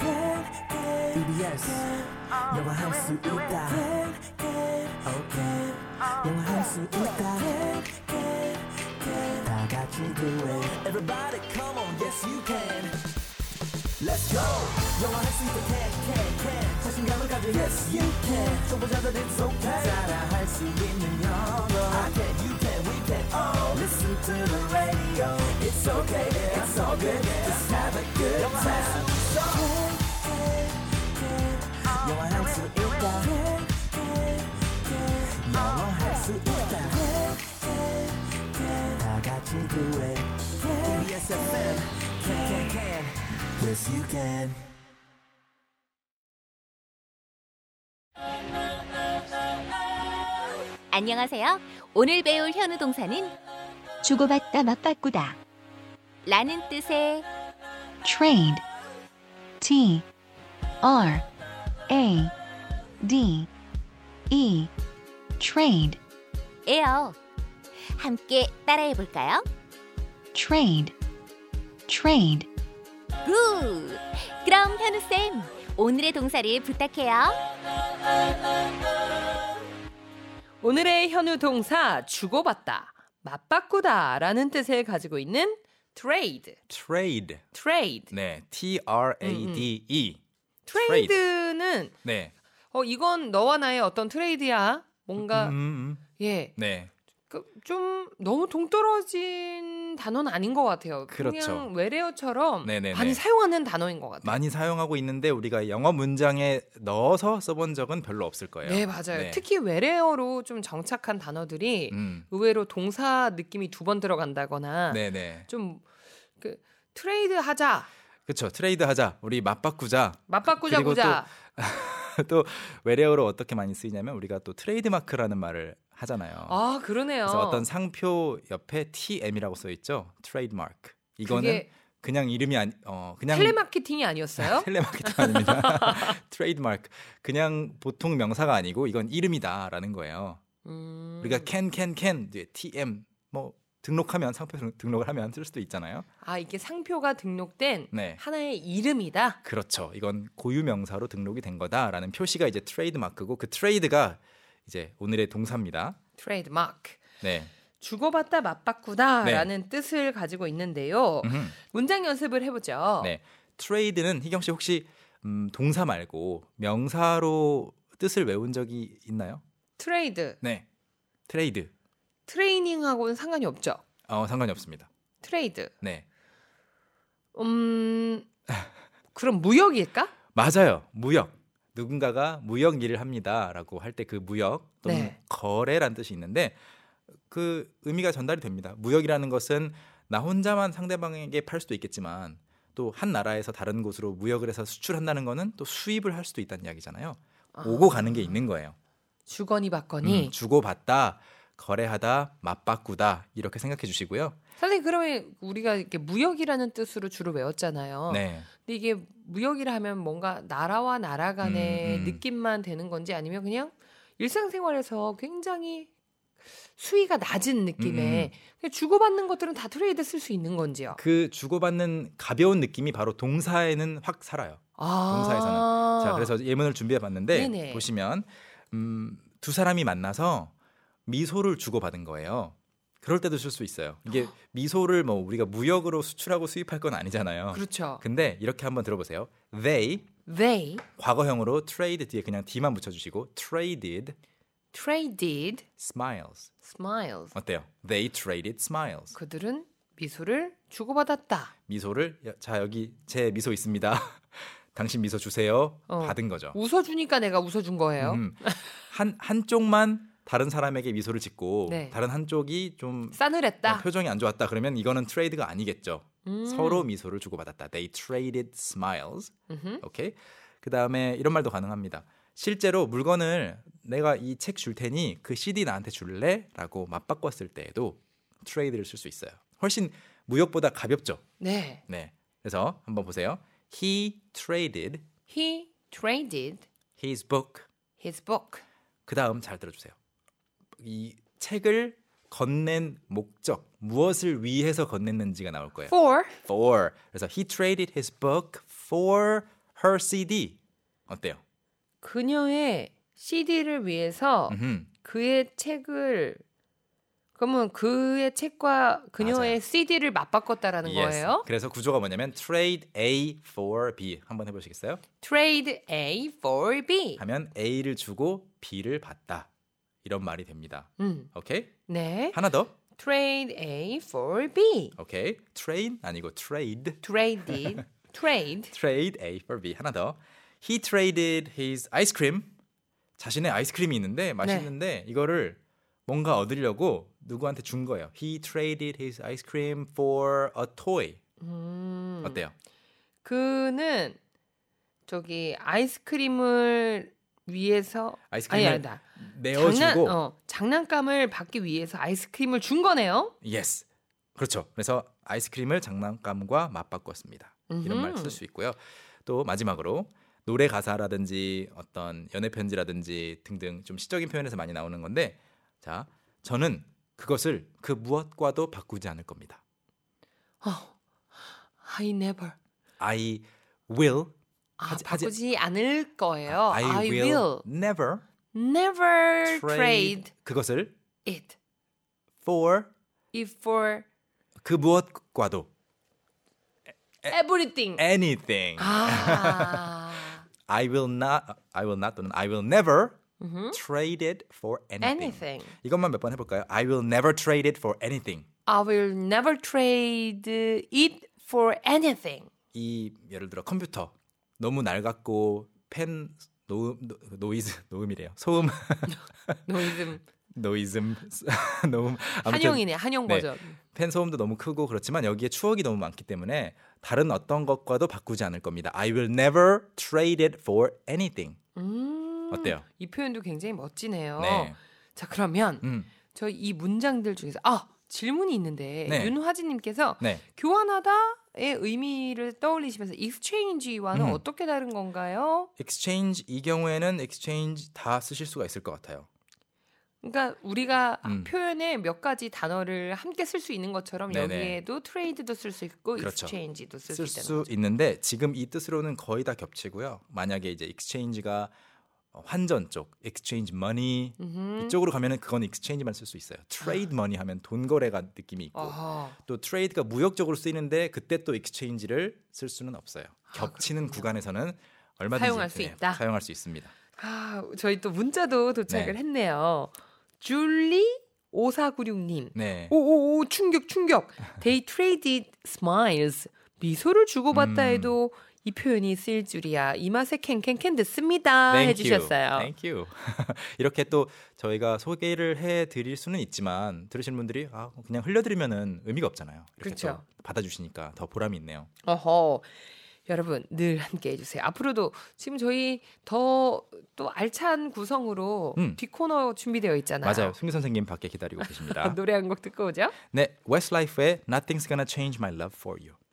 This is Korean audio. E yes 영화할 수 있다 E okay 영화할 수 있다 다 같이 do it everybody come on yes you can Let's go 영화할 수 있다 can E can can 자신감을 가져 yes you can 초보자들 it's okay 따라할 수 있는 영어 I can you can we can all listen to the radio it's okay yeah, it's all good just have a good time 영화할 수 있다 영화할 수 있다 다 같이 do it KBS FM can can can yes you can 안녕하세요. 오늘 배울 현우 동사는 주고받다 맞바꾸다 라는 뜻의 trained. T R A D E trained, 에요. 함께 따라해 볼까요? trained, trained. 루. 그럼 현우 쌤, 오늘의 동사를 부탁해요. 오늘의 현우 동사 주고받다, 맞바꾸다라는 뜻을 가지고 있는 trade, trade. trade. 네, T R A D 음, E. trade. 트레이드는 네. 어 이건 너와 나의 어떤 트레이드야. 뭔가 음, 음, 예. 네. 그, 좀 너무 동떨어진 단어는 아닌 것 같아요. 그렇죠. 그냥 외래어처럼 네네네. 많이 사용하는 단어인 것 같아요. 많이 사용하고 있는데 우리가 영어 문장에 넣어서 써본 적은 별로 없을 거예요. 네 맞아요. 네. 특히 외래어로 좀 정착한 단어들이 음. 의외로 동사 느낌이 두 번 들어간다거나 네, 네. 좀 그 트레이드 하자, 그렇죠. 트레이드 하자. 우리 맞바꾸자. 맞바꾸자 그리고 보자. 또 외래어로 어떻게 많이 쓰이냐면 우리가 또 트레이드 마크라는 말을 하잖아요. 아 그러네요. 그래서 어떤 상표 옆에 TM이라고 써 있죠. 트레이드 마크. 이거는 그게 그냥 이름이 아니 어 그냥 텔레마케팅이 아니었어요? 텔레마케팅 아닙니다. 트레이드 마크. 그냥 보통 명사가 아니고 이건 이름이다라는 거예요. 음. 우리가 can can can 뒤에 TM 뭐 등록하면 상표 등- 등록을 하면 쓸 수도 있잖아요. 아 이게 상표가 등록된 네. 하나의 이름이다. 그렇죠. 이건 고유 명사로 등록이 된 거다라는 표시가 이제 트레이드 마크고 그 트레이드가 이제 오늘의 동사입니다. 트레이드 마크. 네. 주고받다 맞바꾸다라는 뜻을 가지고 있는데요. 음. 문장 연습을 해보죠. 네. 트레이드는 희경 씨 혹시 음, 동사 말고 명사로 뜻을 외운 적이 있나요? 트레이드, 네. 트레이드. 트레이닝하고는 상관이 없죠. 어, 상관이 없습니다. 트레이드. 네. 음, 그럼 무역일까? 맞아요. 무역. 누군가가 무역 일을 합니다라고 할 때 그 무역 또는 네. 거래란 뜻이 있는데 그 의미가 전달이 됩니다. 무역이라는 것은 나 혼자만 상대방에게 팔 수도 있겠지만 또 한 나라에서 다른 곳으로 무역을 해서 수출한다는 거는 또 수입을 할 수도 있다는 이야기잖아요. 오고 가는 게 있는 거예요. 주거니 받거니. 음, 주고받다, 거래하다, 맞바꾸다 이렇게 생각해 주시고요. 선생님 그러면 우리가 이렇게 무역이라는 뜻으로 주로 외웠잖아요. 네. 근데 이게 무역이라 하면 뭔가 나라와 나라 간의 음, 음. 느낌만 되는 건지 아니면 그냥 일상생활에서 굉장히 수위가 낮은 느낌의 그냥 주고받는 것들은 다 트레이드 쓸 수 있는 건지요. 음, 그 주고받는 가벼운 느낌이 바로 동사에는 확 살아요. 아. 동사에서는. 자, 그래서 예문을 준비해 봤는데 네네. 보시면 음, 두 사람이 만나서 미소를 주고받은 거예요. 그럴 때도 쓸 수 있어요. 이게 아. 미소를 뭐 우리가 무역으로 수출하고 수입할 건 아니잖아요. 그렇죠. 근데 이렇게 한번 들어보세요. They They 과거형으로 trade 뒤에 그냥 d만 붙여주시고 traded traded smiles. smiles. 어때요? They traded smiles. 그들은 미소를 주고받았다. 미소를 야, 자 여기 제 미소 있습니다. 당신 미소 주세요. 어. 받은 거죠. 웃어주니까 내가 웃어준 거예요. 음. 한 한쪽만 다른 사람에게 미소를 짓고 네. 다른 한쪽이 좀 싸늘했다. 어, 표정이 안 좋았다 그러면 이거는 트레이드가 아니겠죠. 음. 서로 미소를 주고받았다. They traded smiles. 음흠. 오케이. 그 다음에 이런 말도 가능합니다. 실제로 물건을 내가 이 책 줄 테니 그 CD 나한테 줄래?라고 맞바꿨을 때에도 트레이드를 쓸 수 있어요. 훨씬 무역보다 가볍죠. 네. 네. 그래서 한번 보세요. He traded He traded his book. his book. 그 다음 잘 들어주세요. 이 책을 건넨 목적 무엇을 위해서 건넸는지가 나올 거예요. For For. 그래서 he traded his book for her CD. 어때요? 그녀의 CD를 위해서 음흠. 그의 책을 그러면 그의 책과 그녀의 맞아요. CD를 맞바꿨다라는 Yes. 거예요. 그래서 구조가 뭐냐면 trade A for B 한번 해보시겠어요? Trade A for B. 하면 A를 주고 B를 받다 이런 말이 됩니다. 음, 오케이? 네. 하나 더. Trade A for B. 오케이. train 아니고 trade. Traded. Trade. trade A for B 하나 더. He traded his ice cream. 자신의 아이스크림이 있는데 네. 맛있는데 이거를 뭔가 얻으려고 누구한테 준 거예요. He traded his ice cream for a toy. 음. 어때요? 그는 저기 아이스크림을 위해서 아니 아이스크림을 아니다. 내어주고 장난, 어, 장난감을 받기 위해서 아이스크림을 준 거네요. yes. 그렇죠. 그래서 아이스크림을 장난감과 맞바꿨습니다. 이런 말 쓸 수 있고요. 또 마지막으로 노래 가사라든지 어떤 연애 편지라든지 등등 좀 시적인 표현에서 많이 나오는 건데 자, 저는 그것을 그 무엇과도 바꾸지 않을 겁니다. 어, I never. I will 아, 하지- 하지- 바꾸지 않을 거예요. 어, I, will, never never trade trade 그것을 it for if for 그 무엇과도 everything. anything. 아, I will not I will not 또는 I will never 음흠. trade it for anything. anything. 이것만 몇 번 해볼까요? I will never trade it for anything. I will never trade it for anything. 이 예를 들어 컴퓨터 너무 낡았고 펜 노음 노, 노이즈 노음이래요 소음 뭐 노이즘 노이즘 노음 아무튼 한용이네 한용 네. 버전. 펜 소음도 너무 크고 그렇지만 여기에 추억이 너무 많기 때문에 다른 어떤 것과도 바꾸지 않을 겁니다. I will never trade it for anything. 음, 어때요? 이 표현도 굉장히 멋지네요. 네. 자 그러면 음. 저 이 문장들 중에서 아 질문이 있는데 네. 윤화진님께서 네. 교환하다의 의미를 떠올리시면서 exchange와는 음. 어떻게 다른 건가요? exchange 이 경우에는 exchange 다 쓰실 수가 있을 것 같아요. 그러니까 우리가 음. 표현에 몇 가지 단어를 함께 쓸 수 있는 것처럼 네네. 여기에도 trade도 쓸 수 있고 그렇죠. exchange도 쓸 수 쓸 있다는 수 거죠. 있는데 지금 이 뜻으로는 거의 다 겹치고요. 만약에 이제 exchange가 어, 환전 쪽, exchange money 음흠. 아. 이쪽으로 가면은 그건 exchange만 쓸 수 있어요. trade money 하면 돈 거래가 느낌이 있고 어허. 또 trade가 무역적으로 쓰이는데 그때 또 exchange를 쓸 수는 없어요. 겹치는 구간에서는 얼마든지 아, 사용할 수 네, 있다. 사용할 수 있습니다. 아, 저희 또 문자도 도착을 네. 했네요. 줄리 5496님. 네. 오오오 충격 충격. They traded smiles. 미소를 주고받다 음. 해도 이 표현이 쓰일 줄이야. 이 맛에 캔캔캔 듣습니다. Thank you. 해주셨어요. Thank you. 이렇게 또 저희가 소개를 해 드릴 수는 있지만 들으신 분들이 아, 그냥 흘려 드리면은 의미가 없잖아요. 이렇게 그렇죠. 또 받아 주시니까 더 보람이 있네요. 어허. 여러분 늘 함께 해주세요. 앞으로도 지금 저희 더 또 알찬 구성으로 음. 뒷코너 준비되어 있잖아요. 맞아요. 승규 선생님 밖에 기다리고 네, 계십니다. 노래 한 곡 듣고 오죠. 네, Westlife의 Nothing's Gonna Change My Love for You.